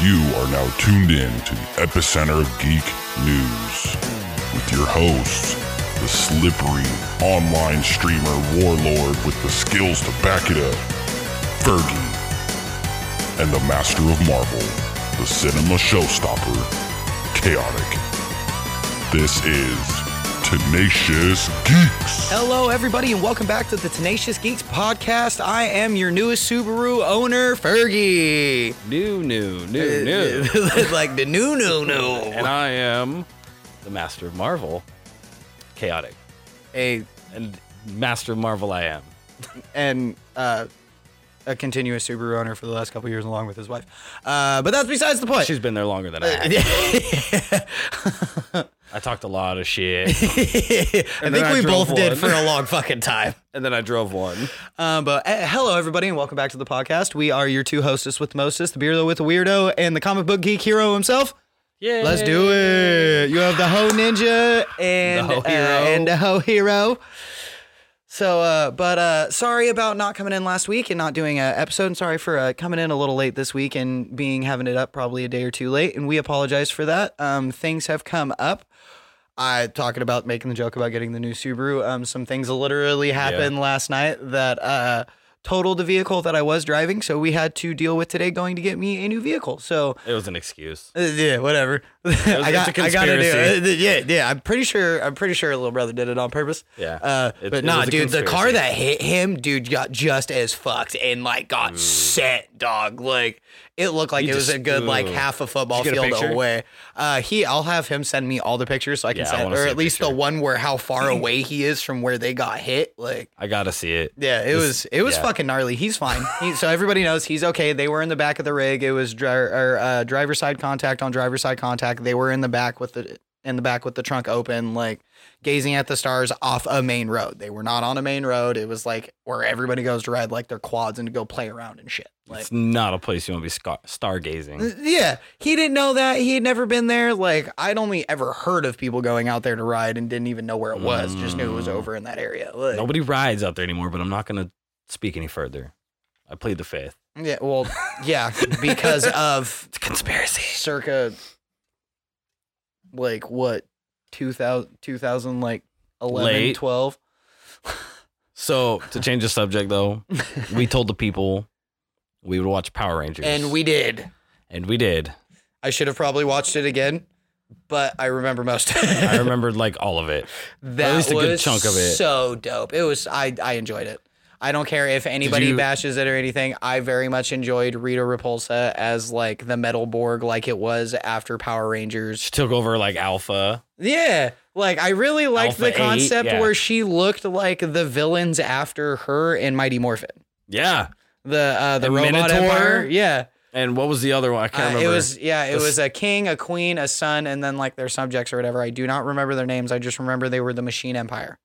You are now tuned in to the epicenter of geek news with your hosts, the slippery online streamer warlord with the skills to back it up, Fergie, and the master of Marvel, the cinema showstopper, Chaotic. This is Tenacious Geeks. Hello, everybody, and welcome back to the Tenacious Geeks podcast. I am your newest Subaru owner, Fergie. Uh, New, new, new, new. like the new, new, new. and I am the Master of Marvel, chaotic, A and Master of Marvel I am. and uh, a continuous Subaru owner for the last couple years, along with his wife. Uh, but that's besides the point. She's been there longer than I have. I talked a lot of shit, I And think then I we both drove did one. for a long fucking time. and then I drove one. Um, but uh, hello, everybody, and welcome back to the podcast. We are your two hostess with the mostest, the beardo with the weirdo, and the comic book geek hero himself. Yeah, Let's do it. You have the hoe ninja and The hoe uh, hero. and the hoe hero. So, uh, but uh, sorry about not coming in last week and not doing an episode. And sorry for uh, coming in a little late this week and being having it up probably a day or two late. And we apologize for that. Um, things have come up. I talking about making the joke about getting the new Subaru. Um, some things literally happened last night that uh, totaled the vehicle that I was driving. So we had to deal with today going to get me a new vehicle. So It was an excuse. uh, yeah, whatever. I got, it's a I gotta do it. conspiracy. Uh, Yeah, yeah. I'm pretty sure. I'm pretty sure little brother did it on purpose. Yeah. Uh, It- but it nah, was a dude. The car conspiracy. that hit him, dude, got just as fucked and like got set, dog. Like it looked like You it was just- a good like ooh. half a football Did you get a field picture? away. Uh, he, I'll have him send me all the pictures so I can Yeah, I send, wanna or see a at least the picture. one where how far away he is from where they got hit. Like I gotta see it. yeah, it was it was yeah. fucking gnarly. He's fine. He, so everybody knows he's okay. They were in the back of the rig. It was dri- or, uh, driver side contact on driver side contact. They were in the back with the in the back with the trunk open, like gazing at the stars off a main road. They were not on a main road. It was like where everybody goes to ride like their quads and to go play around and shit. Like It's not a place you want to be scar- stargazing. yeah, he didn't know that. He had never been there. Like I'd only ever heard of people going out there to ride and didn't even know where it was. Just knew it was over in that area. Like, Nobody rides out there anymore, but I'm not gonna speak any further. I plead the fifth. Yeah, well, yeah, because of It's a conspiracy. circa like what 2000 2000 like 11 Late. 12 So to change the subject, though, we told the people we would watch Power Rangers, and we did and we did. i should have probably watched it again but i remember most I remembered like all of it. that least a good was chunk of it. so dope it was i i enjoyed it i don't care if anybody you- bashes it or anything i very much enjoyed rita repulsa as like the metal borg like it was after power rangers She took over like Alpha. Yeah. Like I really liked Alpha the eight, concept yeah. where she looked like the villains after her in Mighty Morphin. Yeah. The uh the And robot Minotaur? empire. Yeah. And what was the other one? I can't Uh, it remember. was yeah, it The s- was a king, a queen, a son and then like their subjects or whatever. I do not remember their names. I just remember they were the machine empire.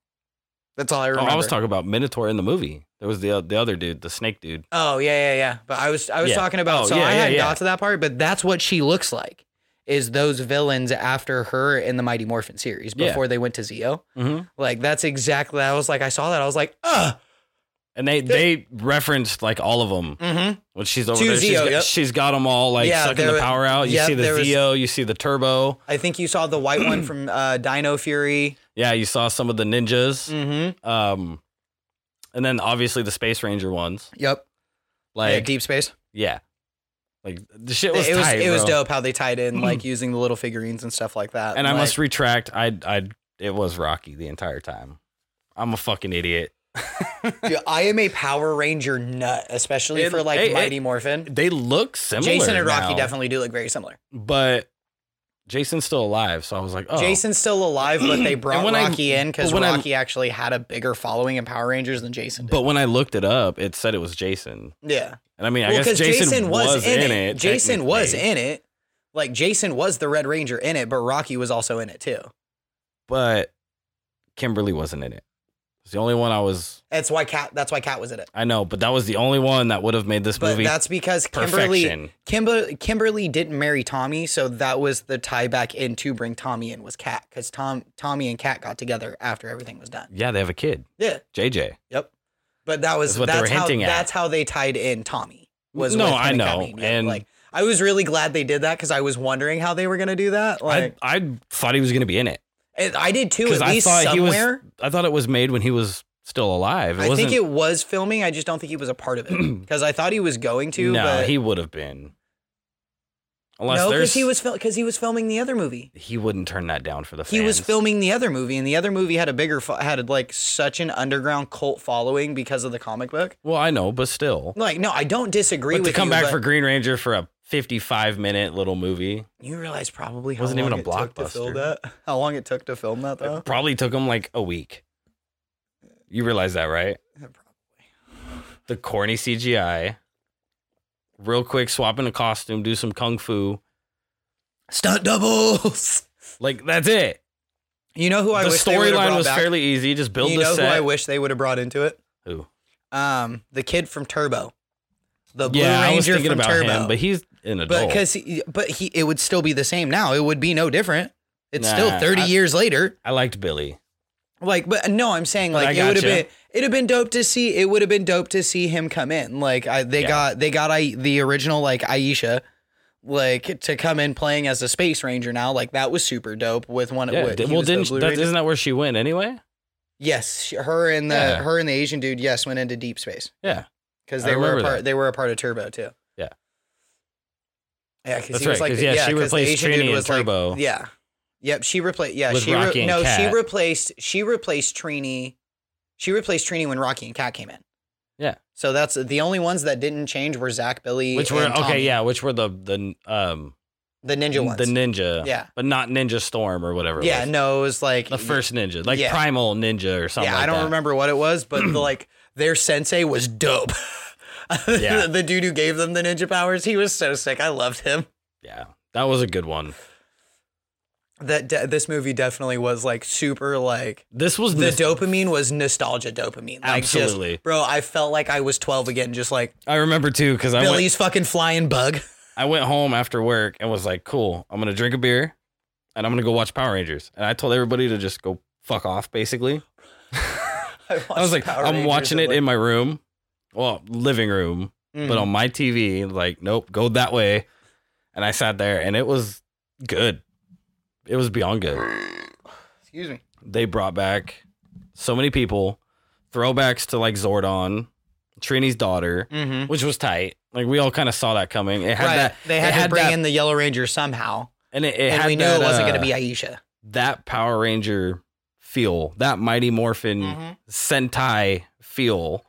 That's all I Oh, remember. I was talking about Minotaur in the movie. There was the the other dude, the snake dude. Oh, yeah, yeah, yeah. But I was I was Yeah. talking about Oh, so yeah, I yeah, hadn't yeah. got to that part, but that's what she looks like. Is those villains after her in the Mighty Morphin series Yeah. before they went to Zeo? Mm-hmm. Like that's exactly. I was like, I saw that. I was like, uh, And they they referenced like all of them mm-hmm. when she's over To there. she's Zeo, got, yep. she's got them all like Yeah, sucking there- the power out. You yep, see the there was- Zeo, you see the Turbo. I think you saw the white one from uh, Dino Fury. Yeah, you saw some of the ninjas. Mm-hmm. Um, and then obviously the Space Ranger ones. Yep. Like Deep Space. yeah, like the shit was it was tight, it was bro. Mm. dope how they tied in like using the little figurines and stuff like that. And I Uh, Like, must retract. I I it was Rocky the entire time. I'm a fucking idiot. dude, I am a Power Ranger nut, especially It- for like hey, it- Mighty Morphin. They look similar. Jason and Rocky now, definitely do look very similar. But Jason's still alive, so I was like, oh, Jason's still alive, but they brought when I- Rocky in because but when I- Rocky actually had a bigger following in Power Rangers than Jason did. But when I looked it up, it said it was Jason. yeah. And I mean, I Well, because guess Jason, was, in it. Jason was technically, in it. Like Jason was the Red Ranger in it, but Rocky was also in it too. but Kimberly wasn't in it. It's the only one I was. That's why Cat. That's why Cat was in it. I know, but that was the only one that would have made this But movie. that's because Kimberly, perfection. Kimber, Kimberly didn't marry Tommy, so that was the tie back in to bring Tommy in was Cat because Tom, Tommy and Cat got together after everything was done. yeah, they have a kid, Yeah. JJ. Yep. But that was That's that's, what they were how hinting at. that's how they tied in Tommy. Was No, with I Kimmy know, Cabby. Yeah, and- like I was really glad they did that because I was wondering how they were gonna do that. I, Like I thought he was going to be in it I, I did too. because At I least thought he was. somewhere. I thought it was made when he was still alive. It I wasn't, think it was filming. I just don't think he was a part of it because I thought he was going to. No, but he would have been. Unless no, there's because he was because he was filming the other movie. He wouldn't turn that down for the fans. He was filming the other movie, and the other movie had a bigger fo- had like such an underground cult following because of the comic book. Well, I know, but still. Like, no, I don't disagree But with to come you, back but for Green Ranger for a 55 minute little movie, you realize probably how Wasn't long even a it took to film blockbuster. that. How long it took to film that though? it probably took him like a week. You realize that, right? The corny CGI, real quick swap in a costume, do some kung fu. Stunt doubles. Like, that's it. You know who I the wish they would've storyline brought was back? fairly easy. Just build You the know who set. I wish they would have brought into it? Who? Um, the kid from Turbo, the Blue yeah, Ranger I was thinking from about Turbo. him, but he's an but adult. because he, but he it would still be the same now. It would be no different. It's still Nah, thirty I- years later. I liked Billy. Like, but uh, no, I'm saying But I like it would have gotcha. been it'd have been dope to see it would have been dope to see him come in. Like I they Yeah. got they got I, the original like Aisha like to come in playing as a space ranger now. Like that was super dope with one Yeah, with, di- he well, was the didn't Blue that, Ranger. isn't that where she went anyway? Yes, she- her and the Yeah. her and the Asian dude yes went into deep space Yeah, because I they were a remember part that. they were a part of Turbo too. Yeah. Yeah, because That's he was right, like 'cause, the- yeah, she 'cause the replaced Asian dude Trini and was like- Turbo. yeah. Yep, she replaced yeah, With she re- Rocky and no, she Kat. replaced she replaced Trini she replaced Trini when Rocky and Cat came in. Yeah. So that's the only ones that didn't change were Zach, Billy, which were and Tommy, okay. Yeah, which were the the um the ninja ones. the ninja. Yeah. but not Ninja Storm or whatever. it yeah, was. no, it was like the first ninja, like Yeah. Primal Ninja or something. Yeah, like I don't that. remember what it was, but the, like their sensei was dope. Yeah. the, dude who gave them the ninja powers, he was so sick. I loved him. Yeah, that was a good one. That de- this movie definitely was like super like This was the this- dopamine was nostalgia dopamine. Like just- Absolutely. bro. I felt like I was twelve again, just like I remember too because I went Billy's fucking flying bug. I went home after work and was like, cool, I'm gonna drink a beer and I'm gonna go watch Power Rangers. And I told everybody to just go fuck off, basically. I, I was like, I'm watching it in my room, well, living room, but Mm-hmm. on my TV. Like, nope, go that way. And I sat there, and it was good. It was beyond good. excuse me. They brought back so many people, throwbacks to like Zordon, Trini's daughter, Mm-hmm. which was tight. Like we all kind of saw that coming. It had right. that. they had it to bring that- in the Yellow Ranger somehow, and it, it and had we knew that, it wasn't uh, going to be Aisha. that Power Ranger feel, that Mighty Morphin Mhm. Sentai feel.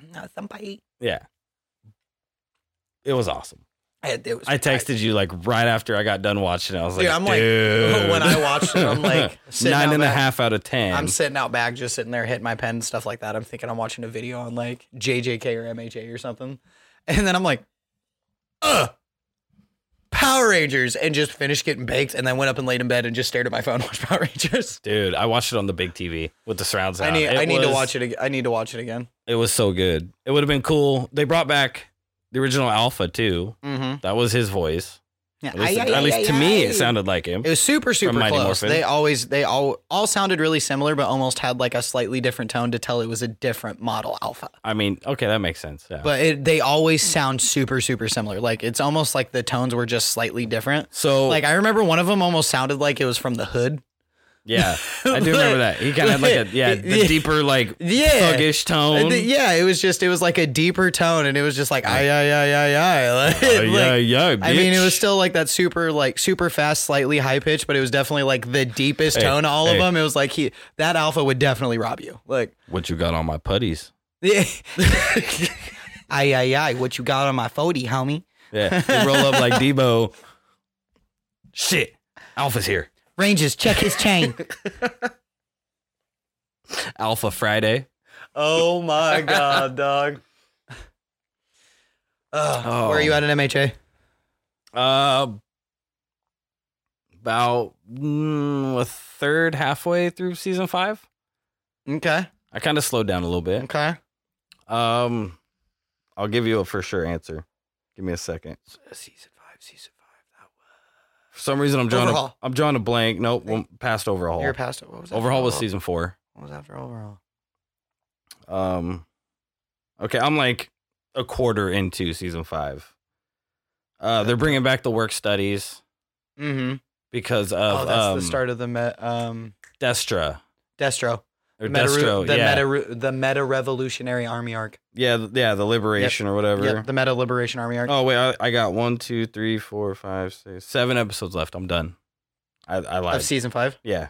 I'm not somebody. Yeah, it was awesome. I, it was, I texted you like right after I got done watching. it. I was Dude, like, I'm like- "Dude." when I watched it, I'm like, sitting nine out and a back. half out of 10 I'm sitting out back, just sitting there hitting my pen and stuff like that. I'm thinking I'm watching a video on like JJK or MHA or something. And then I'm like, ugh, Power Rangers, and just finished getting baked. And then went up and laid in bed and just stared at my phone and watched Power Rangers. Dude, I watched it on the big TV with the surround I sound. need, it I need to was- watch it. ag- I need to watch it again. It was so good. It would have been cool. They brought back the original Alpha too. Mm-hmm. That was his voice. Yeah. At least, Ay, at ay, ay, least ay, to me, ay. it sounded like him. It was super, super Mighty close. Morphin. They always, they all, all sounded really similar, but almost had like a slightly different tone to tell it was a different model alpha. I mean, okay, that makes sense. Yeah. But it, they always sound super, super similar. Like it's almost like the tones were just slightly different. so Like I remember one of them almost sounded like it was from the hood. Yeah, I do remember that. He kind of had like a yeah, Yeah. the deeper like Yeah. thuggish tone. yeah, it was just it was like a deeper tone, and it was just like ay ay ay ay ay. Like, Uh, yeah, like, yeah. I mean, it bitch. was still like that super like super fast, slightly high pitch, but it was definitely like the deepest Hey, tone. of All of hey. them, it was like he that alpha would definitely rob you. Like what you got on my putties. yeah. ay ay ay, what you got on my forty, homie? Yeah, you roll up like Debo. Shit, Alpha's here. Rangers, check his chain. Alpha Friday. oh my god, dog. Ugh, Oh. Where are you at in MHA? Uh, about mm, a third halfway through season five. Okay. I kind of slowed down a little bit. Okay. Um, I'll give you a for sure answer. Give me a second. Season five, season five. For some reason, I'm drawing. A, Overhaul. I'm drawing a blank. Nope, one- past overhaul. You're past it. What was Overhaul was season four. What was after overhaul? Um, okay, I'm like a quarter into season five. Uh, they're bringing back the work studies Mm-hmm. because of oh, that's um, the start of the me- um, Destra Destro. or Meta- Destro. the yeah, meta the meta revolutionary army arc. yeah, th- yeah, the liberation or whatever. Yep, the meta liberation army arc. Oh wait, I, I got one, two, three, four, five, six, seven episodes left. I'm done. I, I lied. of season five. yeah.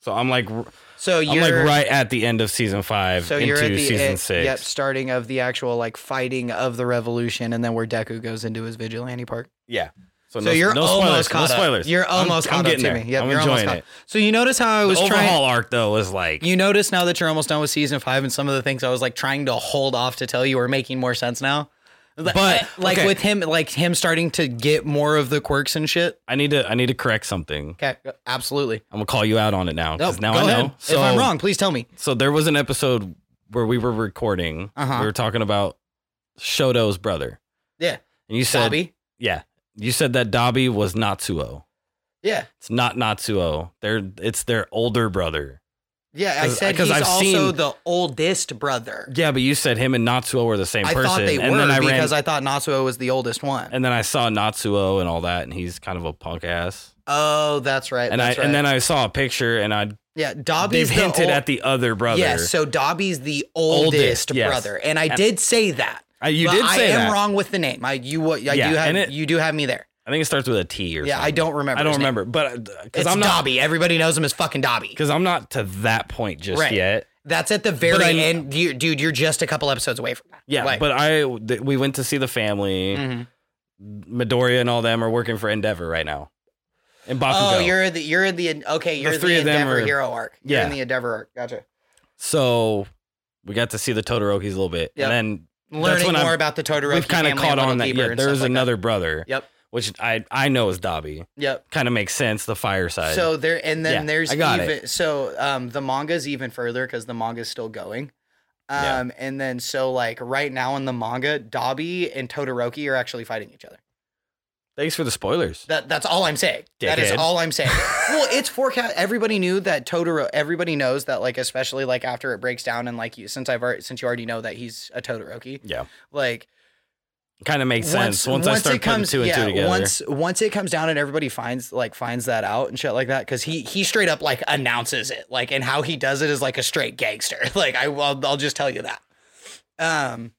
So I'm like r- So I'm you're like right at the end of season five so into you're at the season eh, six. Yep, starting of the actual like fighting of the revolution, and then where Deku goes into his vigilante part. Yeah. So you're almost spoilers. caught no up. spoilers. You're I'm- almost I'm, caught up getting to there. me. Yep, I'm you're almost enjoying caught- it. So you notice how I was the trying. overhaul arc though was like You notice now that you're almost done with season five, and some of the things I was like trying to hold off to tell you are making more sense now. Like- But, like okay. with him, like him starting to get more of the quirks and shit. I need to I need to correct something. Okay, absolutely. I'm gonna call you out on it now No, because now go I know. ahead. So if I'm wrong, please tell me. so there was an episode where we were recording. Uh-huh. We were talking about Shoto's brother, Yeah, and you said Dobby. yeah, you said that Dobby was Natsuo. Yeah, It's not Natsuo. They're it's their older brother. yeah. I 'Cause- said 'cause he's I've also seen- the oldest brother. Yeah, but you said him and Natsuo were the same I person. thought they and were then I ran, because I thought Natsuo was the oldest one. and then I saw Natsuo and all that, and he's kind of a punk ass. oh, that's right. and I that's right. and then I saw a picture, and I yeah, Dobby's they've the hinted ol- at the other brother. Yes, so Dobby's the oldest, Oldest, yes. brother, and I did say that. I, you but did I say am that. wrong with the name. I you what I Yeah, do have and it- you do have me there. I think it starts with a T or Yeah, I something. don't remember. I don't his name. remember, but because It's I'm not Dobby. Everybody knows him as fucking Dobby. because I'm not to that point just Right. yet. That's at the very I- end, you, dude. You're just a couple episodes away from that. Yeah, Like- but I th- we went to see the family. Mhm. Midoriya and all them are working for Endeavor right now, and Bakugo. Oh, you're the you're in the okay. You're the, three of them Endeavor are- hero arc. You're Yeah. in the Endeavor arc. Gotcha. so we got to see the Todorokis a little bit, Yep. and then Learning when more I'm- about the Todoroki. we've kind of family a caught little on that. deeper Yeah, and there's stuff like another brother, That. Yep. which I I know is Dobby. Yep. Kind of makes sense. The fireside. So there, and then Yeah, there's I got even so um, the manga's even further because the manga's still going. Yeah. Um, and then so like right now in the manga, Dobby and Todoroki are actually fighting each other. thanks for the spoilers. That that's all I'm saying. That is Dickhead. all I'm saying. well, it's forecast. Everybody knew that Totoro. Everybody knows that like especially like after it breaks down and like you since I've already since you already know that he's a Todoroki. Yeah. Like kind of makes sense once, I start putting two and two together. Once once it comes down and everybody finds like finds that out and shit like that, because he he straight up like announces it, like and how he does it is like a straight gangster. Like I will, I'll just tell you that. Um,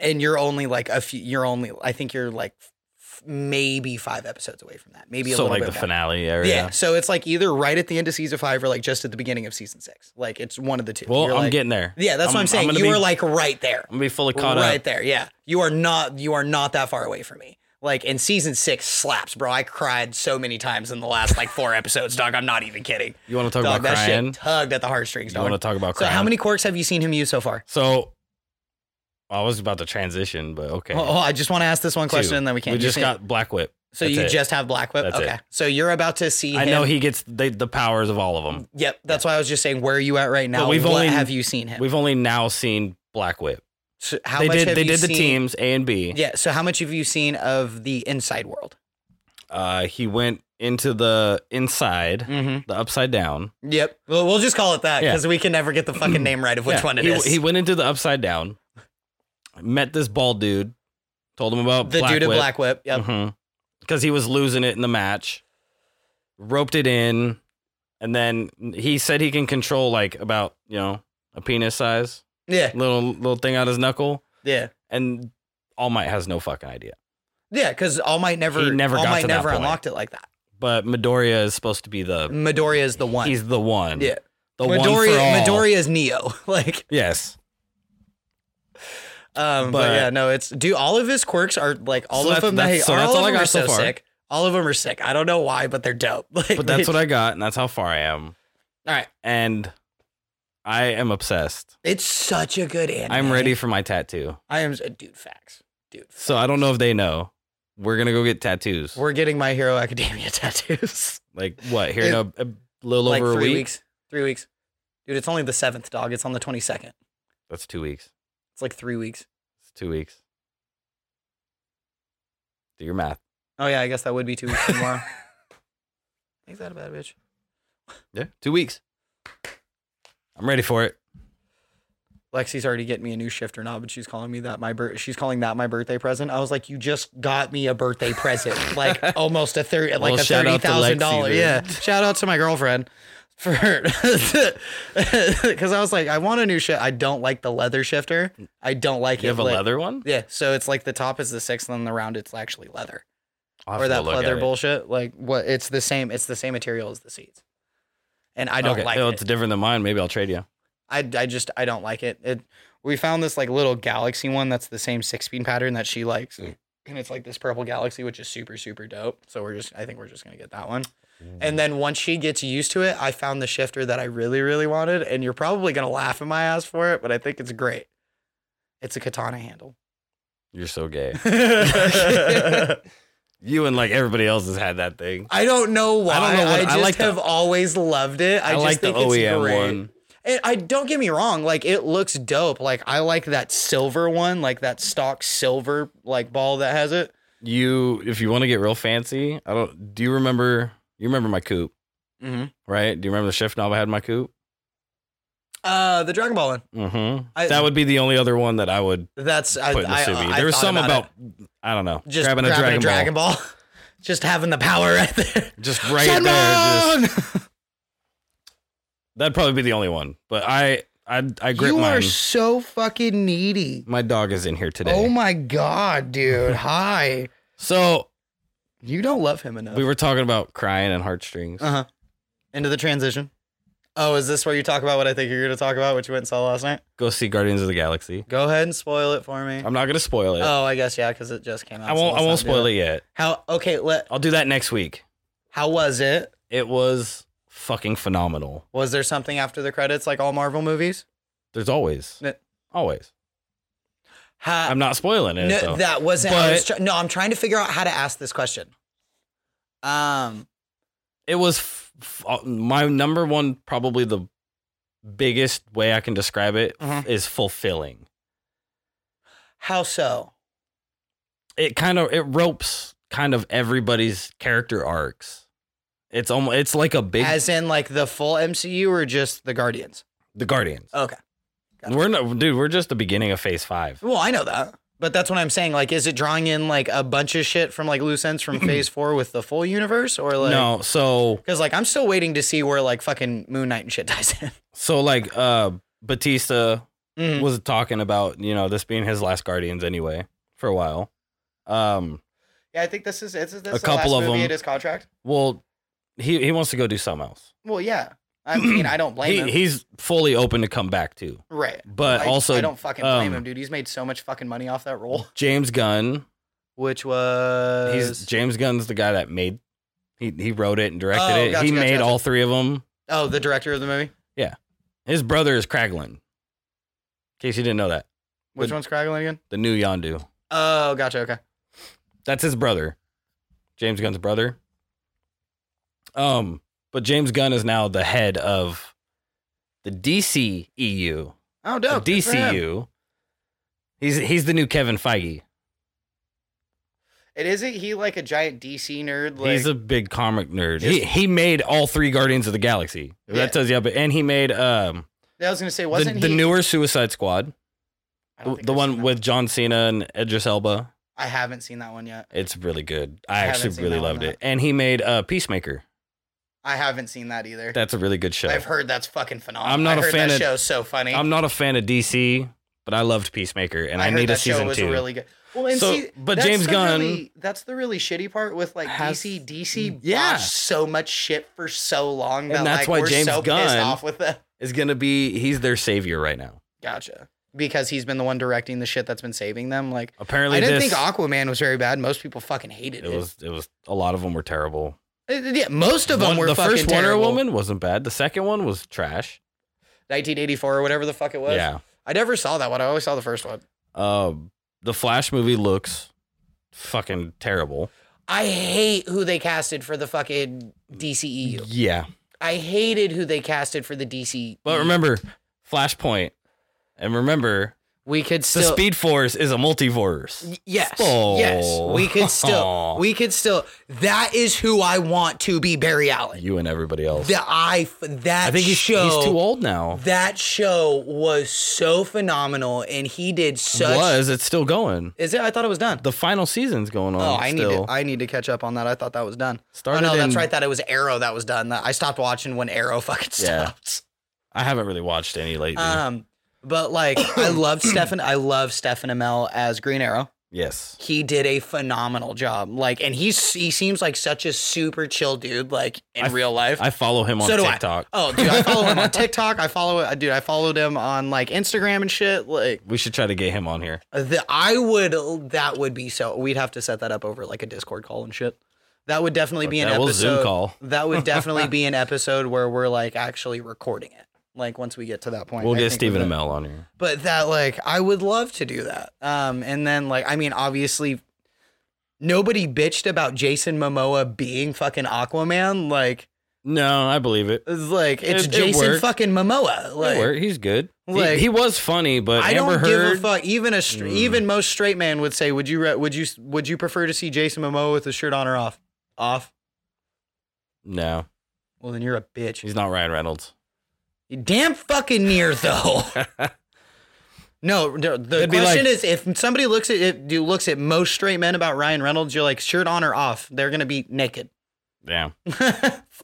and you're only like a few. You're only I think you're like f- maybe five episodes away from that. Maybe a so little like bit the more. finale Yeah. area. so it's like either right at the end of season five or like just at the beginning of season six. Like it's one of the two. Well, You're I'm like- getting there. Yeah, that's what I'm saying. gonna you be, were like right there I'm gonna be fully caught right up. there. Yeah, you are not you are not that far away from me. Like in season six slaps, bro. I cried so many times in the last like four episodes, dog. I'm not even kidding. You want to talk Dog, about that crying? shit tugged at the heartstrings, You want to dog. talk about So crying? how many quirks have you seen him use so far? So I was about to transition, but okay. Oh, oh, I just want to ask this one question, Two. and then we can't. We You've just seen- got Black Whip. so That's you it. just have Black Whip. That's it. okay, so you're about to see. I him. know he gets the, the powers of all of them. Yep, that's why I was just saying. Where are you at right now? we've what only- have you seen him? We've only now seen Black Whip. So how they much did have they you did the seen- teams A and B. Yeah. So how much have you seen of the inside world? Uh, he went into the inside, Mm-hmm. the upside down. Yep. Well, we'll just call it that Yeah. because we can never get the fucking name right of which Yeah, one it he, is. He went into the upside down, met this bald dude, told him about the Black dude of Whip. Black Whip. Yep. Because he was losing it in the match, roped it in, and then he said he can control like about you know a penis size Yeah. little little thing out his knuckle, Yeah. and All Might has no fucking idea. Yeah. Because All Might never, He never All got Might to that never point. unlocked it like that. But Midoriya is supposed to be the Midoriya is the one. he's the one. yeah. the Midoriya, one for all. Midoriya is Neo. like, Yes. um, but, But- yeah, no, it's do all of his quirks are like all So of that's- them. They, that's- so are- that's all all of I them got are so so far. sick. All of them are sick. I don't know why, but they're dope. Like, But that's what I got, and that's how far I am. All right. And I am obsessed. It's such a good anime. I'm ready for my tattoo. I am dude. Facts, dude. So I don't know if they know. We're gonna go get tattoos. We're getting my Hero Academia tattoos. Like what? Here in a, a little like over a three week. weeks. Three weeks. Dude, it's only the seventh dog. It's on the twenty second. That's two weeks. It's like three weeks. It's two weeks. Do your math. Oh yeah, I guess that would be two weeks from tomorrow. Ain't that a bad bitch? Yeah, two weeks. I'm ready for it. Lexi's already getting me a new shift or not, but she's calling me that my bir- she's calling that my birthday present. I was like, you just got me a birthday present, like almost a thirty, like Well, a shout thirty out to thousand Lexi, dollar. dude. Yeah, shout out to my girlfriend for because I was like, I want a new shift. I don't like the leather shifter. I don't like You it. have a like- leather one? Yeah, so it's like the top is the sixth, and the round it's actually leather I'll have or to that look at leather it. bullshit. Like what? It's the same. It's the same material as the seats, and I don't Okay, like well, it. It's different than mine. Maybe I'll trade you. I, I just I don't like it. It we found this like little galaxy one that's the same six pin pattern that she likes. And it's like this purple galaxy, which is super, super dope. So we're just I think we're just gonna get that one. And then once she gets used to it, I found the shifter that I really, really wanted. And you're probably gonna laugh at my ass for it, but I think it's great. It's a katana handle. You're so gay. you and like everybody else has had that thing. I don't know why. I, I don't know what- I just like the- have always loved it. I, I, just like the think it's OEM great. one. It, I don't get me wrong, like it looks dope. Like I like that silver one, like that stock silver like ball that has it. You, if you want to get real fancy, I don't. Do you remember? You remember my coupe, Mm-hmm. right? Do you remember the shift knob I had in my coupe? Uh, the Dragon Ball one. Mm-hmm. I- that would be the only other one that I would That's I. put in the I, Civi. I, there was thought some about, about, I don't know, it. just grabbing, a Dragon, Ball. Ball, just having the power right there. just right there. Just, Shenron! that'd probably be the only one. But I, I, I grip you mine. are so fucking needy. my dog is in here today. Oh my god, dude! Hi. so You don't love him enough. we were talking about crying and heartstrings. Uh huh. Into the transition. Oh, is this where you talk about what I think you're going to talk about, what you went and saw last night? Go see Guardians of the Galaxy. Go ahead and spoil it for me. I'm not gonna spoil it. Oh, I guess yeah, because it just came out. I won't. I won't spoil it yet. How? Okay, let. I'll do that next week. How was it? It was fucking phenomenal. Was there something after the credits like all Marvel movies? There's always, N- always. Ha- I'm not spoiling it. no, though. that wasn't. I was But- try- no, I'm trying to figure out how to ask this question. Um. it was f- f- my number one, probably the biggest way I can describe it is Mhm. fulfilling. How so? It kind of it ropes kind of everybody's character arcs. It's almost it's like a big As in, like the full MCU or just the Guardians? the Guardians. Okay. Oh, gotcha. We're no dude. We're just the beginning of Phase Five. Well, I know that, but that's what I'm saying. Like, is it drawing in like a bunch of shit from like loose ends from Phase Four with the full universe, or like? no, so Because like I'm still waiting to see where like fucking Moon Knight and shit ties in. so like uh Batista Mhm. was talking about you know this being his last Guardians anyway for a while. Um, Yeah, I think this is it's this A the couple last of movie them. at his contract. well, he he wants to go do something else. Well, yeah. I mean, I don't blame He, him. he's fully open to come back too. right. But I, also, I don't fucking blame um, him, dude. He's made so much fucking money off that role. James Gunn. Which was He's James Gunn's the guy that made. He he wrote it and directed Oh, it. gotcha, he gotcha, made gotcha. all three of them. oh the director of the movie. His brother is Kraglin. In case you didn't know that, Which The- one's Craggling again? the new Yondu. Oh, gotcha. Okay. That's his brother. James Gunn's brother. Um, but James Gunn is now the head of the DC EU, Oh, the dope. Good for him. DCU. He's he's the new Kevin Feige. It isn't he like a giant DC nerd? Like, He's a big comic nerd. He he made all three Guardians of the Galaxy. If Yeah. That tells you, how big- and he made um I was gonna say, the, wasn't the he newer Suicide Squad, I don't think the, the I've seen one that with John Cena and Idris Elba. I haven't seen that one yet. It's really good. I, I haven't actually seen really that one, loved though. it. And he made uh, Peacemaker. I haven't seen that either. That's a really good show. I've heard that's fucking phenomenal. I'm not I a heard fan that of- show's so funny. I'm not a fan of DC, but I loved Peacemaker, and I, heard need a that show season was two. really good. Well, and So- see, but that's James the Gunn- really- that's the really shitty part with like has- DC. Mm, DC Yeah. yeah, so much shit for so long that And that's like why we're James so pissed Gunn- off with them. Is gonna be he's their savior right now. Gotcha. Because he's been the one directing the shit that's been saving them. Like Apparently, I didn't this, think Aquaman was very bad. Most people fucking hated it it. was it was a lot of them were terrible. Uh, yeah, most of them One- were the fucking first Wonder terrible. Woman wasn't bad. The second one was trash. 1984 or whatever the fuck it was. Yeah. I never saw that one. I always saw the first one. Um, the Flash movie looks fucking terrible. I hate who they casted for the fucking DCEU. Yeah. I hated who they casted for the DC. But remember, Flashpoint. And remember, we could The still Speed Force is a multiverse. Yes. Oh. Yes. We could still we could still that is who I want to be Barry Allen. You and everybody else. That I that I think he's, show he's too old now. That show was so phenomenal and he did such Was it's still going? Is it? I thought it was done. The final season's going on. Oh, I still. need to, I need to catch up on that. I thought that was done. Started oh no, in- that's right. That it was Arrow that was done. That- I stopped watching when Arrow fucking Yeah. stopped. I haven't really watched any lately. Um, but like I love Stefan. I love Stefan Amell as Green Arrow. yes. He did a phenomenal job. Like, and he's he seems like such a super chill dude. Like in I- real life. I follow him on So do I. TikTok. oh, dude, I follow him on TikTok. I follow, uh, dude. I followed him on like Instagram and shit. Like, We should try to get him on here. The, I would. That would be so. We'd have to set that up over like a Discord call and shit. That would definitely be an that. episode. We'll Zoom call. That would definitely be an episode where we're like actually recording it. Like once we get to that point, We'll I get think we're Stephen good. Amell on here. But that like I would love to do that. Um, and then like I mean, obviously, nobody bitched about Jason Momoa being fucking Aquaman. Like No, I believe it. it's like it's It- it Jason worked. fucking Momoa. Like Word, He's good. He- Like- he, was funny, but I Amber don't Heard. Hmm. give a fuck. Even a str- even most straight man would say, "Would you re- would you would you prefer to see Jason Momoa with his shirt on or off? Off. No, Well, then you're a bitch. he's not Ryan Reynolds. You Damn fucking near though. no, no, the It'd be question like- is, if somebody looks at if you looks at most straight men about Ryan Reynolds, you're like shirt on or off. They're gonna be naked. Yeah,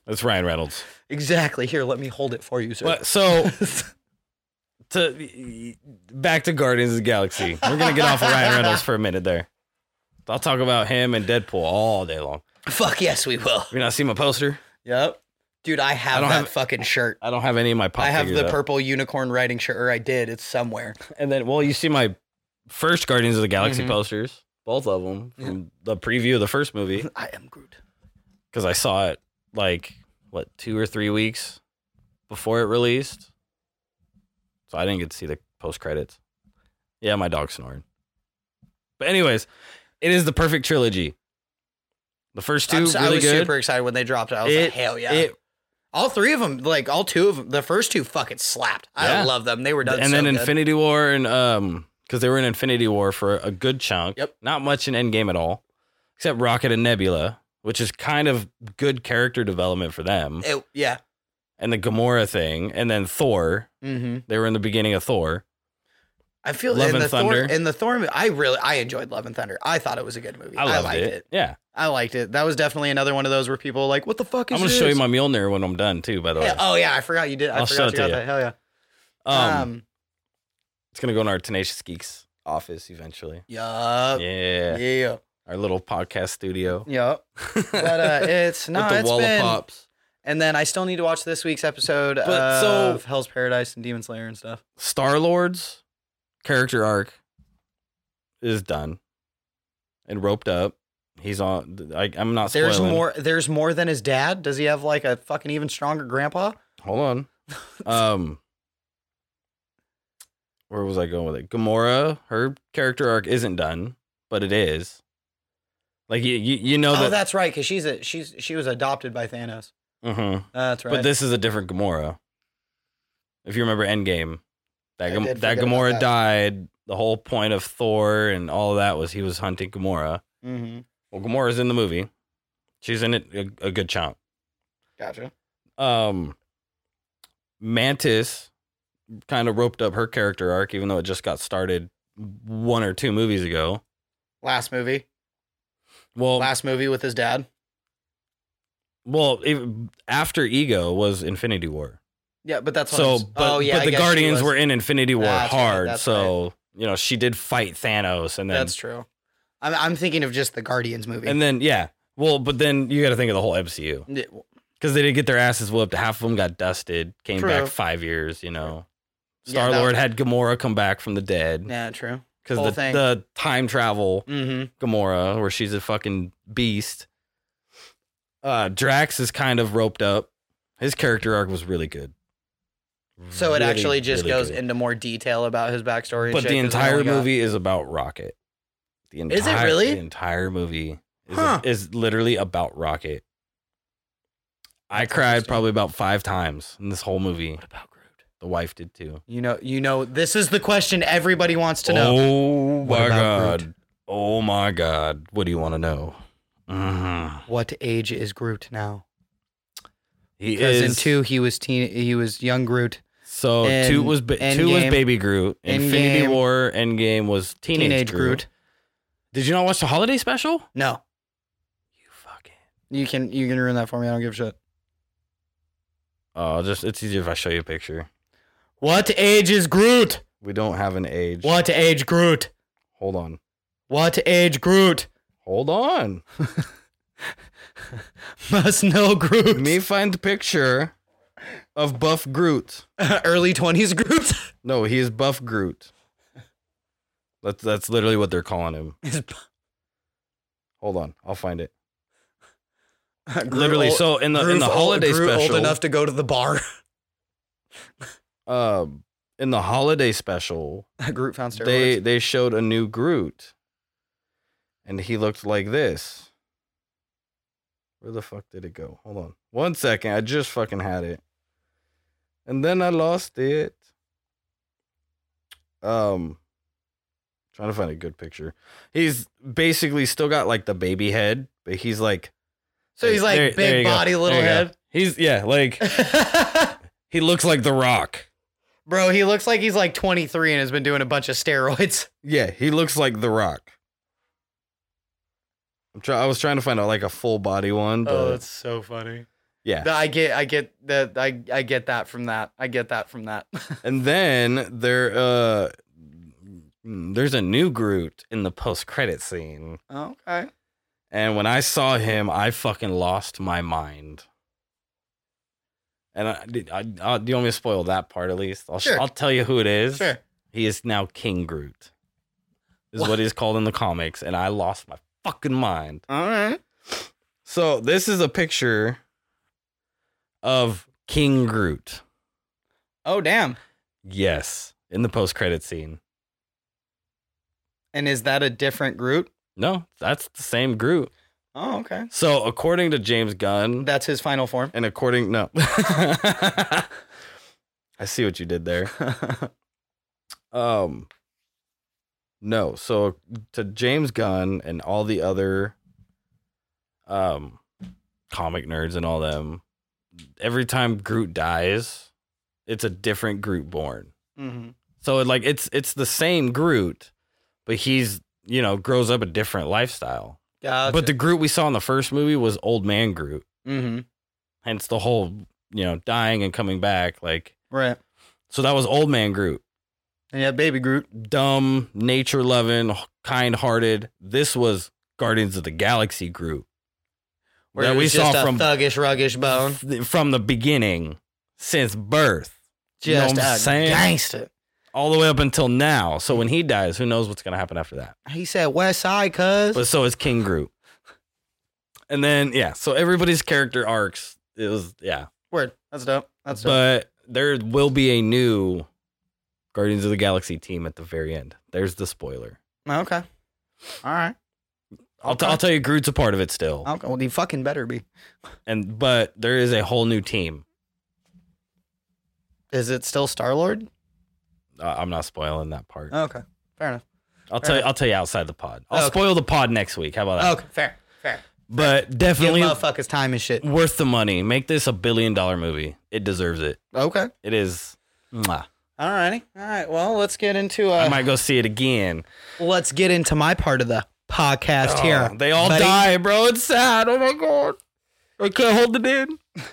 that's Ryan Reynolds. exactly. Here, let me hold it for you, sir. But so to back to Guardians of the Galaxy. We're gonna get off of Ryan Reynolds for a minute there. I'll talk about him and Deadpool all day long. Fuck yes, we will. Have you not seen my poster? Yep. Dude, I have don't that have- fucking shirt. I don't have any of my pop I have figures the up. purple unicorn riding shirt, or I did. It's somewhere. And then, well, you see my first Guardians of the Galaxy Mhm. posters, both of them from the preview of the first movie, I am Groot. because I saw it like what two or three weeks before it released, so I didn't get to see the post credits. Yeah, my dog snoring. But anyways, it is the perfect trilogy. The first two I'm so- really I was good. super excited when they dropped it. I was It- like, hell yeah. it- all three of them, like all two of them, the first two fucking slapped. I Yeah. love them. They were done. and so then good. Infinity War and um because they were in Infinity War for a good chunk. Yep. Not much in Endgame at all, except Rocket and Nebula, which is kind of good character development for them, It- yeah. and the Gamora thing, and then Thor. Mm-hmm. They were in the beginning of Thor. I feel Love in and the Thunder. Thor in the Thor. mo- I really I enjoyed Love and Thunder. I thought it was a good movie. I I, loved liked it. it. Yeah, I liked it. That was definitely another one of those where people are like, "What the fuck is?" I'm gonna this? show you my Mjolnir when I'm done too. By the way, Yeah, oh yeah, I forgot you did. I I'll show forgot you it to got you. that. Hell yeah. um, Um. it's gonna go in our Tenacious Geeks office eventually. yup. Yeah, Uh, Yeah. our little podcast studio Yup. But uh, it's not. with the it's wall been, of pops. And then I still need to watch this week's episode But so- of Hell's Paradise and Demon Slayer and stuff. Star Lord's character arc is done and roped up. He's on. I, I'm not spoiling. There's more. There's more than his dad. Does he have like a fucking even stronger grandpa? Hold on. Um, where was I going with it? Gamora, her character arc isn't done, but it is. Like you, you, you know Oh, that. that's right. Because she's a she's she was adopted by Thanos. Mhm. That's right. But this is a different Gamora. If you remember Endgame, that I Gam- did that forget about Gamora that. died. The whole point of Thor and all of that was he was hunting Gamora. hmm Well, Gamora's in the movie. She's in it a, a good chunk. Gotcha. Um, Mantis kind of roped up her character arc, even though it just got started one or two movies ago. Last movie. Well, Last movie with his dad. well, it, after Ego was Infinity War. Yeah, but that's what I so, was- but, oh yeah, I but the guess she Guardians was. were in Infinity War That's right, hard. that's so, you know, she did fight Thanos, and then That's true. I'm I'm thinking of just the Guardians movie. and then yeah. Well, but then you got to think of the whole MCU. Yeah, because they did get their asses whooped. Half of them got dusted, came True. back five years. You know, Yeah, Star that- Lord had Gamora come back from the dead yeah, true. because whole the, thing. the time travel Mm-hmm. Gamora, where she's a fucking beast. Uh, Drax is kind of roped up. His character arc was really good. So it Really, actually just really goes good. into more detail about his backstory. and But shit, 'cause the we entire only got- movie is about Rocket. The entire, Is it really? The entire movie is, Huh. is literally about Rocket. I That's cried interesting. probably about five times in this whole movie. What about Groot? The The wife did too. You know, you know, this is the question everybody wants to know. Oh my about god. Oh my god. What do you want to know? Mhm. What age is Groot now? He Because is in two, he was teen, he was young Groot, So in two was ba- two was Endgame- Baby Groot. Infinity Endgame- War Endgame was teenage, teenage, Groot. Groot. Did you not watch the holiday special? No, You fucking. you can you can ruin that for me. I don't give a shit. Oh, just it's easier if I show you a picture. What age is Groot? We don't have an age. What age Groot? Hold on. What age Groot? Hold on. Must know Groot. Me find the picture of Buff Groot. Early twenties Groot No, he is Buff Groot. That's that's literally what they're calling him. is Hold on, I'll find it. Literally, so in the in the holiday special, old enough to go to the bar. um, in the holiday special, Groot found steroids. they they showed a new Groot, and he looked like this. Where the fuck did it go? Hold on, one second. I just fucking had it, and then I lost it. Um, trying to find a good picture. He's basically still got like the baby head, but he's like so he's like There- big there you go. body, little There you head. go. He's yeah, like he looks like The Rock. Bro, he looks like he's like 23 and has been doing a bunch of steroids. Yeah, he looks like The Rock. I'm try- I was trying to find out like a full body one, Oh, but so funny. yeah. I get, I get that, I, I get that from that. I get that from that. and then there, uh, mm, there's a new Groot in the post credit scene, Oh, okay. and when I saw him, I fucking lost my mind. And I, did- I, I, do you want me to spoil that part at least? I'll, Sure. I'll tell you who it is. Sure. He is now King Groot. Is What? what he's called in the comics, and I lost my fucking mind. All right. So this is a picture of King Groot. Oh, damn. Yes, in the post-credit scene. And is that a different Groot? No, that's the same Groot. Oh, okay. So according to James Gunn, That's his final form. and according no, I see what you did there. Um, no. So to James Gunn and all the other, um, comic nerds and all them, every time Groot dies, it's a different Groot born. mm-hmm. So it, like it's it's the same Groot, but he's you know grows up a different lifestyle. Gotcha. But the Groot we saw in the first movie was old man Groot. mm-hmm. Hence the whole you know dying and coming back. Like Right. so that was old man Groot. And yeah, baby Groot. dumb, nature loving, kind hearted. This was Guardians of the Galaxy Groot Where that it we was just saw a from thuggish, ruggish bone. f- from the beginning, since birth, You know Just what I'm a saying? gangster. all the way up until now. So when he dies, who knows what's gonna happen after that? He said, West Side, cuz. But so is King Groot. And then yeah, so everybody's character arcs. It was yeah, Word. That's dope. That's dope. but there will be a new Guardians of the Galaxy team at the very end. There's the spoiler. Oh, okay. All right. I'll, t- Okay. I'll tell you, Groot's a part of it still. Okay. Well, he fucking better be. and but there is a whole new team. Is it still Star Lord? Uh, I'm not spoiling that part. Okay. Fair enough. I'll tell you. I'll tell you outside the pod. I'll Uh, Okay. spoil the pod next week. How about that? Okay. Fair. Fair. But Give definitely motherfuckers time and shit. worth the money. Make this a billion dollar movie. It deserves it. Okay. It is. Mwah. All righty. All right. Well, let's get into I uh, might go see it again. let's get into my part of the podcast here. Oh, they all buddy. die, bro. It's sad. Oh my god. I can't hold it in.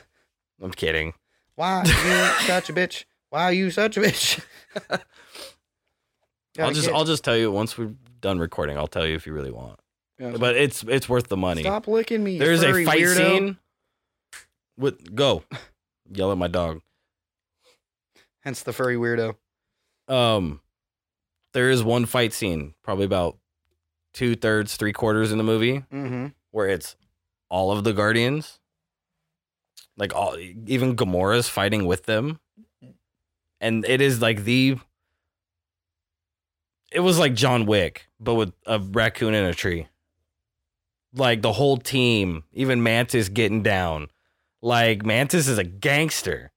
I'm kidding. Why you such a bitch? Why you such a bitch? I'll Gotta just get- I'll just tell you once we're done recording. I'll tell you if you really want. Yeah. But it's it's worth the money. stop licking me. There's a furry fight weirdo. scene with go yell at my dog. Hence the furry weirdo. Um, there is one fight scene, probably about two thirds, three quarters in the movie, Mm-hmm. where it's all of the Guardians, like all even Gamora's fighting with them, and it is like the. It was like John Wick, but with a raccoon in a tree. Like the whole team, even Mantis getting down. Like Mantis is a gangster.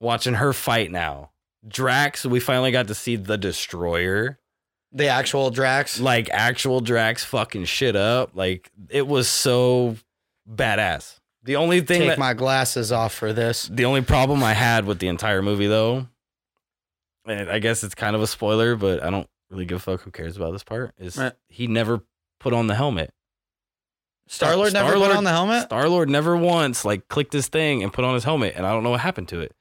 Watching her fight now Drax, we finally got to see the Destroyer, The actual Drax. like actual Drax fucking shit up. Like it was so badass. The only thing Take that my glasses off for this. the only problem I had with the entire movie though, and I guess it's kind of a spoiler, but I don't really give a fuck who cares about this part, is Right. he never put on the helmet. Star Lord never put Star-Lord- on the helmet. Star Lord never once like clicked his thing and put on his helmet, and I don't know what happened to it.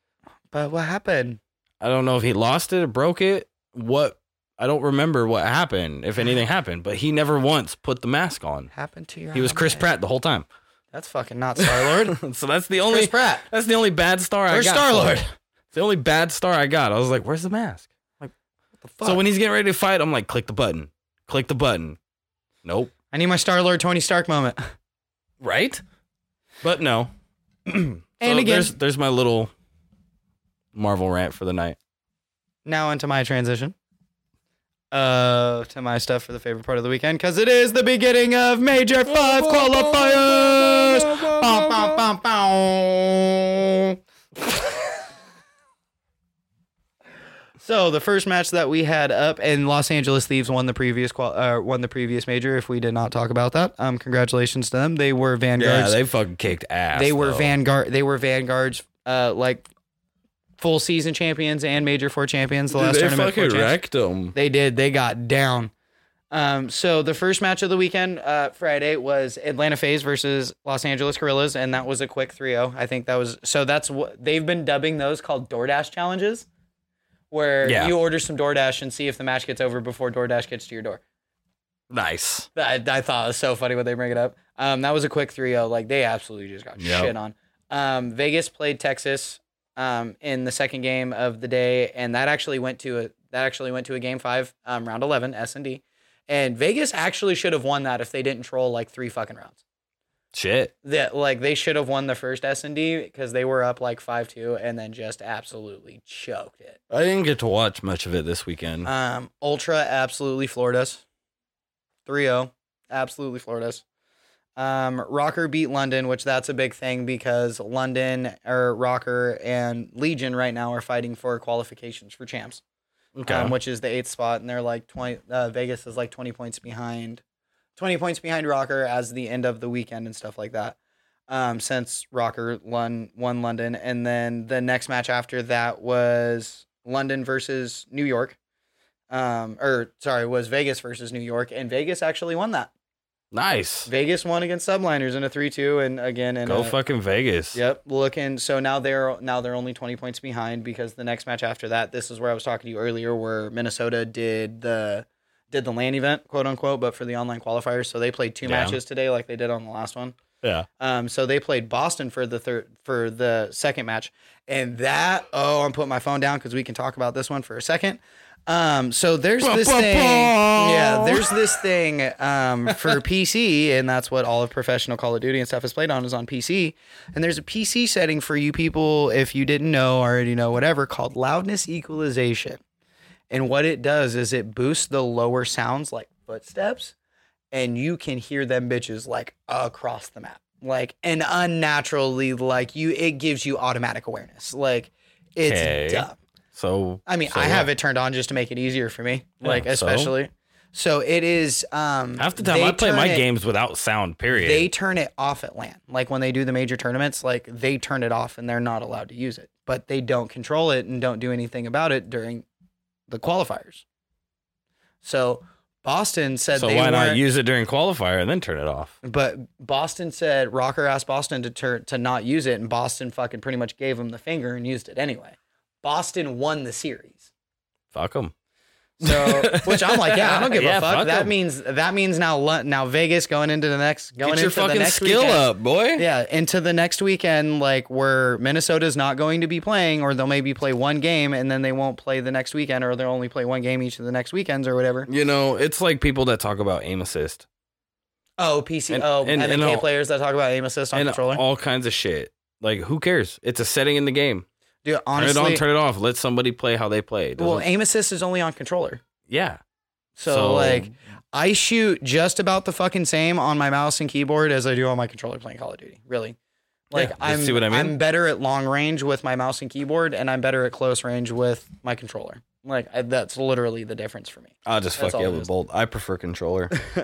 but what happened? I don't know if he lost it or broke it. What I don't remember what happened, if anything happened, but he never once put the mask on. Happened to your. He was Chris helmet? Pratt the whole time. That's fucking not Star Lord. so that's the Chris only Pratt. that's the only bad star I Where's got. Star-Lord? It's the only bad star I got. I was like, "Where's the mask?" Fuck. So when he's getting ready to fight, I'm like, "Click the button. Click the button." Nope. I need my Star Lord Tony Stark moment. Right? But no. and again- there's, there's my little Marvel rant for the night. Now into my transition. Uh, to my stuff for the favorite part of the weekend because it is the beginning of Major Five qualifiers. Bum, bum, bum, bum. So the first match that we had up, and Los Angeles Thieves won the previous qual- uh, won the previous major. If we did not talk about that, um, congratulations to them. They were Yeah, vanguards. they fucking kicked ass. they were though. vanguard. They were vanguards. Uh, like full season champions and major four champions. The Dude, last they tournament. four fucking champs. wrecked them. They did. They got down. Um, so the first match of the weekend, uh, Friday, was Atlanta Phase versus Los Angeles Gorillas, and that was a quick 3-0. I think that was so. That's what they've been dubbing those called DoorDash challenges, where Yeah. you order some DoorDash and see if the match gets over before DoorDash gets to your door. Nice. That I thought was so funny when they bring it up. Um, that was a quick 3-0. Like they absolutely just got Yep. shit on. Um, Vegas played Texas um, in the second game of the day, and that actually went to a that actually went to a game five, um, round eleven, S and D. And Vegas actually should have won that if they didn't troll like three fucking rounds. Shit. That like they should have won the first S and D because they were up like five two and then just absolutely choked it. I didn't get to watch much of it this weekend. Um, Ultra absolutely floored us. 3 0. Absolutely floored us. Um, Rocker beat London, which that's a big thing because London or Rocker and Legion right now are fighting for qualifications for champs, okay. um, which is the eighth spot. And they're like 20, uh, Vegas is like 20 points behind, 20 points behind Rocker as the end of the weekend and stuff like that. Um, since Rocker won, won London. And then the next match after that was London versus New York um, or sorry, was Vegas versus New York, and Vegas actually won that. nice. Vegas won against Subliners in a three-two, and again in Go a, fucking Vegas. Yep, looking so now they're now they're only twenty points behind because the next match after that, this is where I was talking to you earlier, where Minnesota did the did the LAN event, quote unquote, but for the online qualifiers. So they played two Yeah. matches today, like they did on the last one. Yeah. Um, so they played Boston for the third for the second match, and that oh, I'm putting my phone down because we can talk about this one for a second. Um, so there's Bah, this bah, thing, bah. yeah, there's this thing um, for PC, and that's what all of professional Call of Duty and stuff is played on is on PC. And there's a PC setting for you people, if you didn't know already know whatever, called loudness equalization. And what it does is it boosts the lower sounds like footsteps and you can hear them bitches like across the map like and unnaturally like you it gives you automatic awareness like it's Okay. dumb So i mean so i have what? it turned on just to make it easier for me Yeah, like so? especially so? it is um half the time they I play turn my it- games without sound. Period. they turn it off at LAN. Like when they do the major tournaments, like they turn it off and they're not allowed to use it. But they don't control it and don't do anything about it during the qualifiers. So Boston said so they why not weren't- use it during qualifier and then turn it off? but Boston said Rocker asked Boston to tur- to not use it, and Boston fucking pretty much gave him the finger and used it anyway. Boston won the series, Fuck them. so which I'm like, yeah, I don't give Yeah, a fuck. fuck that 'em. means that means now Lu- now Vegas going into the next going Get into your the fucking next skill weekend. up, boy. Yeah, into the next weekend, like where Minnesota's not going to be playing, or they'll maybe play one game and then they won't play the next weekend, or they'll only play one game each of the next weekends or whatever. You know, it's like people that talk about aim assist Oh, PC, And- oh, and- and, and MK all- players that talk about aim assist on and controller. all kinds of shit. Like, who cares? It's a setting in the game. Dude, honestly, turn it on, turn it off. Let somebody play how they play. It well, doesn't- aim assist is only on controller. yeah. So, like, I shoot just about the fucking same on my mouse and keyboard as I do on my controller playing Call of Duty. Really, Like Yeah, you I'm, see what I mean? I'm better at long range with my mouse and keyboard, and I'm better at close range with my controller. Like I, that's literally the difference for me. I'll just That's fuck all you it up is. with bolt. I prefer controller. Um, it But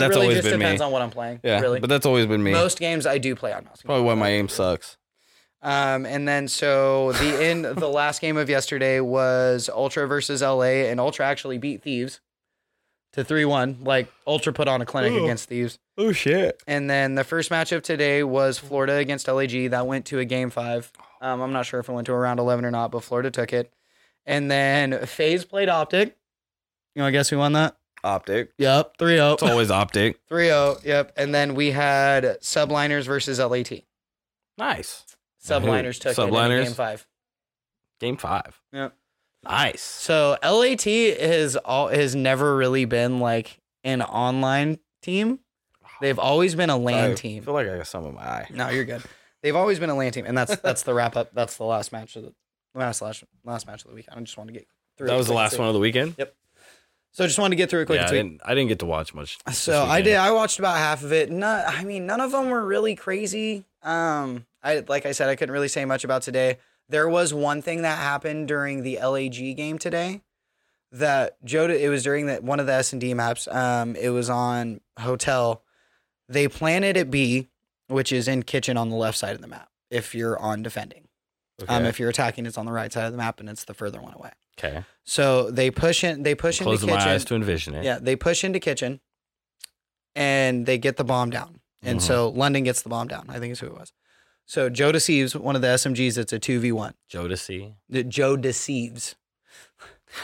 that's really always just been me. depends on what I'm playing. Yeah, really. but that's always been me. Most games I do play on mouse. and Probably why my aim sucks. Um, and then so the end, the last game of yesterday was Ultra versus LA, and Ultra actually beat Thieves to three one. Like Ultra put on a clinic Ooh. against Thieves. Oh shit! And then the first match of today was Florida against LAG. That went to a game five. Um, I'm not sure if it went to a round eleven or not, but Florida took it. And then Phase played Optic. You want to guess who won that? oh. Optic. Yep, 3-0. It's always optic. 3-0, yep. oh, And then we had Subliners versus LAT. Nice. Subliners took it Subliners? in game five. Game five. Yep. Nice. So LAT has all has never really been like an online team. They've always been a LAN I team. feel like I got some in my eye. No, you're good. They've always been a LAN team, and that's that's the wrap up. That's the last match of the last last last match of the week. I just want to get through. That it was the quick and last sweet. one of the weekend. So just wanted to get through it quick yeah, and I sweet. didn't, I didn't get to watch much. this So I weekend. did. I watched about half of it. No, I mean, none of them were really crazy. Um, I like I said, I couldn't really say much about today. There was one thing that happened during the LAG game today that Joe. It was during that one of the S and D maps. Um, it was on hotel. They planted at B, which is in kitchen on the left side of the map. If you're on defending, Okay. um, if you're attacking, it's on the right side of the map and it's the further one away. okay. So they push in. They push into Closing kitchen. my eyes to envision it. Yeah, they push into kitchen and they get the bomb down. And so London gets the bomb down. I think is who it was. So Joe deceives one of the SMGs. It's a 2v1. Jodeci. The- Joe deceives.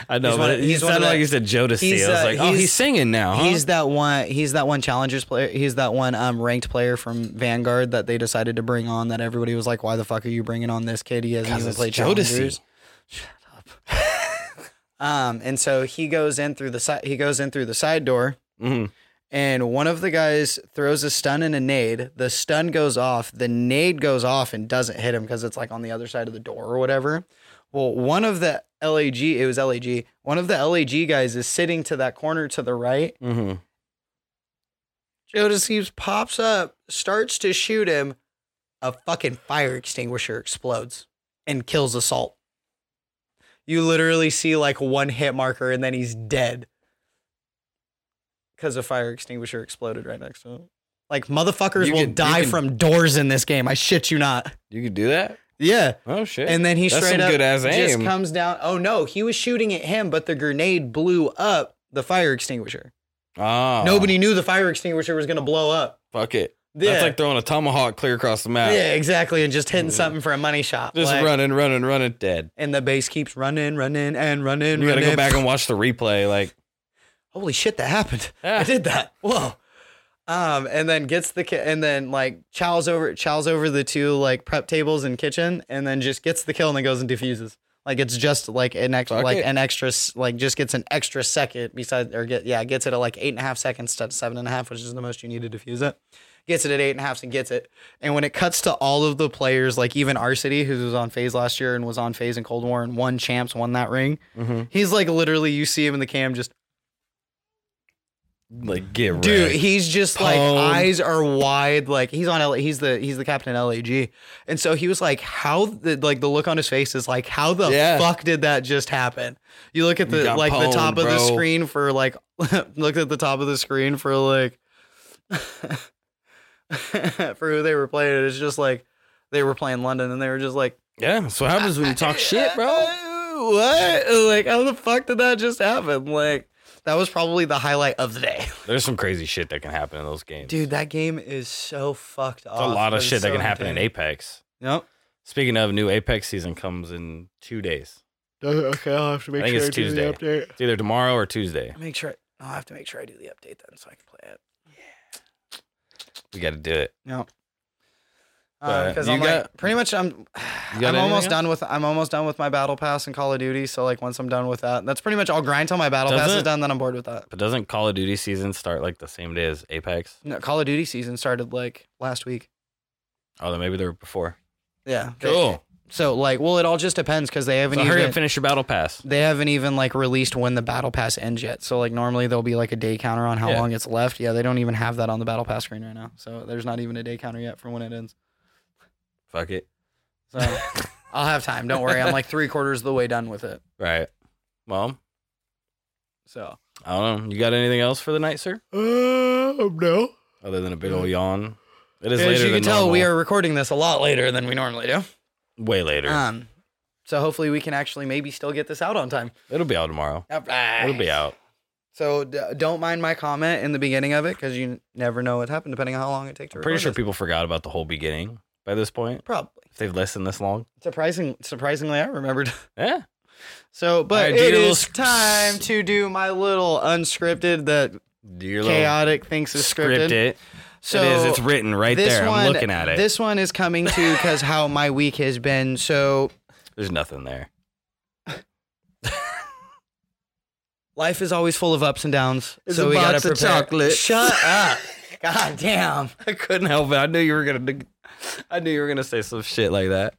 I know, He's one but of- he he's one of sounded the- like he said Jodeci. he's, I was uh, like, oh, he's, he's- singing now, huh? He's that one he's that one challengers player. He's that one um ranked player from Vanguard that they decided to bring on that everybody was like, "Why the fuck are you bringing on this kid? He hasn't 'Cause even it's played Jodeci." challengers." Shut up. um and so he goes in through the side he goes in through the side door Mhm. and one of the guys throws a stun and a nade. The stun goes off, the nade goes off and doesn't hit him because it's like on the other side of the door or whatever. Well, one of the LAG, it was LAG, one of the LAG guys is sitting to that corner to the right. Mhm. Joe Deceives pops up, starts to shoot him. A fucking fire extinguisher explodes and kills Assault. You literally see like one hit marker and then he's dead because a fire extinguisher exploded right next to him. Like motherfuckers You will can- you die can- from doors in this game. I shit you not. You could do that? Yeah. Oh, shit. And then he That's straight some up good-ass just aim. comes down. Oh no, he was shooting at him, but the grenade blew up the fire extinguisher. oh, Nobody knew the fire extinguisher was gonna blow up. Fuck it. Yeah. That's like throwing a tomahawk clear across the map. Yeah, exactly. And just hitting something for a money shot. Just like- running, running, running, dead. And the bass keeps running, running, and running. You gotta running. go back and watch the replay. Like, Holy shit, that happened. Yeah. I did that. Whoa. Um, and then gets the ki- and then like chows over chows over the two like prep tables and kitchen, and then just gets the kill and then goes and defuses. Like it's just like an extra Fuck like it. an extra s- like just gets an extra second besides or get yeah gets it at like eight and a half seconds instead of seven and a half, which is the most you need to defuse it. Gets it at eight and a half and gets it. And when it cuts to all of the players, like even Arcity, who was on Phase last year and was on Phase in Cold War and won champs, won that ring. He's like literally you see him in the cam just like get Dude, wrecked. he's just like Pwned. eyes are wide. Like he's on L- he's the he's the captain at LAG, and so he was like, "How?" The, like the look on his face is like, "How the Yeah. fuck did that just happen?" You look at You the got like the top pwned, of the bro. screen for like looked at the top of the screen for like for who they were playing. and It's just like they were playing London, and they were just like, Yeah, that's what happens when you talk shit, bro. "What? Like how the fuck did that just happen?" Like that was probably the highlight of the day. There's some crazy shit that can happen in those games. Dude, that game is so fucked up. There's a lot of shit that can happen in Apex. Yep. Speaking of, new Apex season comes in two days. Okay, I'll have to I think it's Tuesday. It's either tomorrow or Tuesday. Make sure I'll have to make sure I do the update then so I can play it. We got to do it. Yep. But Because you Uh, I'm like got- pretty much I'm I'm anything almost else? done with I'm almost done with my battle pass and Call of Duty. So like once I'm done with that, that's pretty much I'll grind till my battle Does pass is it? done. Then I'm bored with that. But doesn't Call of Duty season start like the same day as Apex? No, Call of Duty season started like last week. Oh, then maybe they were before. Yeah. They- Cool. So like, well, it all just depends because they haven't So even hurry up, finish your battle pass. they haven't even like released when the battle pass ends yet. So like normally there'll be like a day counter on how Yeah. long it's left. Yeah, they don't even have that on the battle pass screen right now. So there's not even a day counter yet for when it ends. Fuck it. So I'll have time. Don't worry. I'm like three quarters of the way done with it. Right. Well, So I don't know. You got anything else for the night, sir? uh, no. Other than a big old yawn. It is As later you than can tell, we normal. are recording this a lot later than we normally do. way later. Um, so hopefully we can actually maybe still get this out on time. It'll be out tomorrow. It'll be out. So d- don't mind my comment in the beginning of it because you never know what happened depending on how long it takes to. Pretty record sure this. people forgot about the whole beginning by this point. probably If they've listened this long. surprising. Surprisingly, I remembered. Yeah. So, but right, do it your little is sc- time to do my little unscripted that Do your chaotic thinks is scripted. script it. So it is. It's written right this there. one, I'm looking at it. This one is coming to because how my week has been. So There's nothing there. life is always full of ups and downs. It's so a we gotta box of prepare. chocolate. Shut up. God damn. I couldn't help it. I knew you were gonna. I knew you were gonna say some shit like that.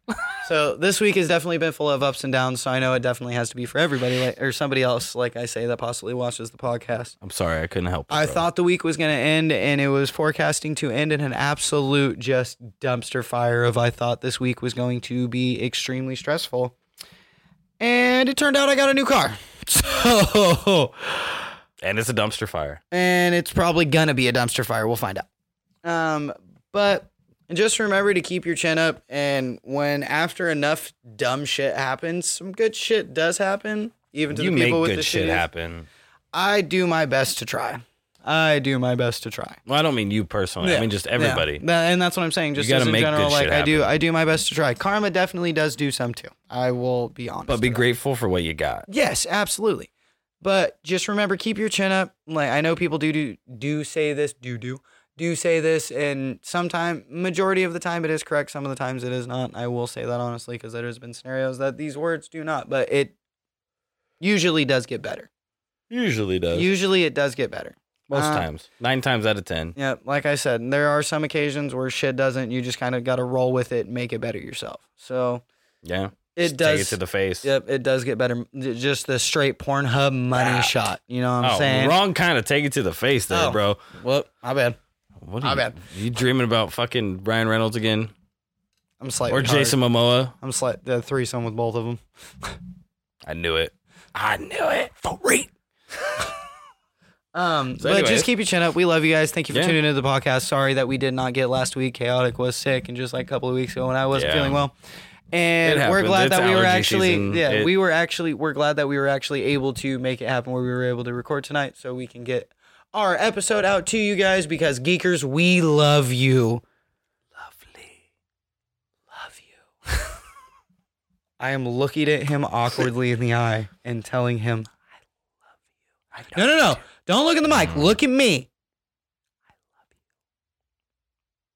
So this week has definitely been full of ups and downs. So I know it definitely has to be for everybody, like or somebody else, like I say, that possibly watches the podcast. I'm sorry. I couldn't help. It, I bro. thought the week was going to end, and it was forecasting to end in an absolute just dumpster fire of I thought this week was going to be extremely stressful. And it turned out I got a new car. So, And it's a dumpster fire. and it's probably going to be a dumpster fire. We'll find out. Um, but just remember to keep your chin up. And when after enough dumb shit happens, some good shit does happen, even to you the make people with good the shit shittiest. happen. I do my best to try. I do my best to try. Well, I don't mean you personally. I Yeah. mean just Yeah. everybody. That- and that's what I'm saying. Just gotta as in make good general, like shit I do, I do my best to try. Karma definitely does do some too. I will be honest. But be about grateful for what you got. it. yes, absolutely. But just remember, keep your chin up. Like I know people do do do say this, do do do say this, and sometime majority of the time it is correct. Some of the times it is not. I will say that honestly because there has been scenarios that these words do not, but it usually does get better. Usually does. Usually it does get better. Most uh, times. Nine times out of ten. Yeah, like I said, there are some occasions where shit doesn't. You just kind of got to roll with it, and make it better yourself. So Yeah. it Just does. Take it to the face. yep, it does get better. J- Just the straight Pornhub money shot. You know what I'm Ah. oh, saying? wrong kind of take it to the face there, Oh. bro. Well, my bad. What My are you, bad. you dreaming about fucking Ryan Reynolds again? I'm slightly or tired. Jason Momoa? I'm slight the threesome with both of them. I knew it. I knew it. Three. Um, So but anyways. just keep your chin up. We love you guys. Thank you for Yeah. tuning into the podcast. Sorry that we did not get last week. Chaotic was sick, and just like a couple of weeks ago when I wasn't Yeah. feeling well. And we're happens. glad It's that we were allergy actually, season. yeah, It- we were actually, we're glad that we were actually able to make it happen where we were able to record tonight, so we can get our episode out to you guys because geekers, we love you. Lovely, love you. I am looking at him awkwardly in the eye and telling him, "I love you." no, no, no! Don't look at the mic. Look at me.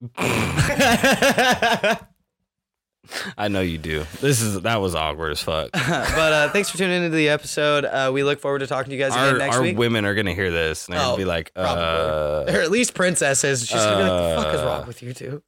I know you do. This is that was awkward as fuck. but uh, thanks for tuning into the episode. Uh, we look forward to talking to you guys again our next our week. women are gonna hear this and they're Oh, gonna be like, probably. uh, or at least princesses. She's gonna be like, "The fuck is Uh, wrong with you two?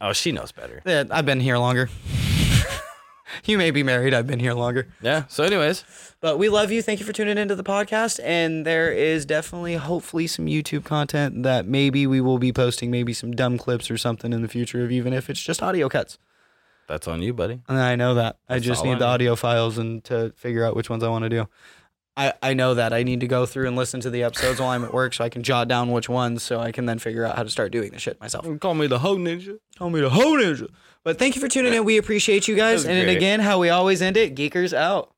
"Oh, she knows better." Yeah, I've been here longer. you may be married. I've been here longer. Yeah. So, anyways, But we love you. Thank you for tuning into the podcast. And there is definitely, hopefully, some YouTube content that maybe we will be posting, maybe some dumb clips or something in the future, of even if it's just audio cuts. that's on you, buddy. And I know that. I just all I need the need. audio files and to figure out which ones I want to do. I, I know that. I need to go through and listen to the episodes while I'm at work so I can jot down which ones so I can then figure out how to start doing the shit myself. Call me the hoe ninja. Tell me the whole ninja. But thank you for tuning in. We appreciate you guys. That And was then great. again, how we always end it, geekers out.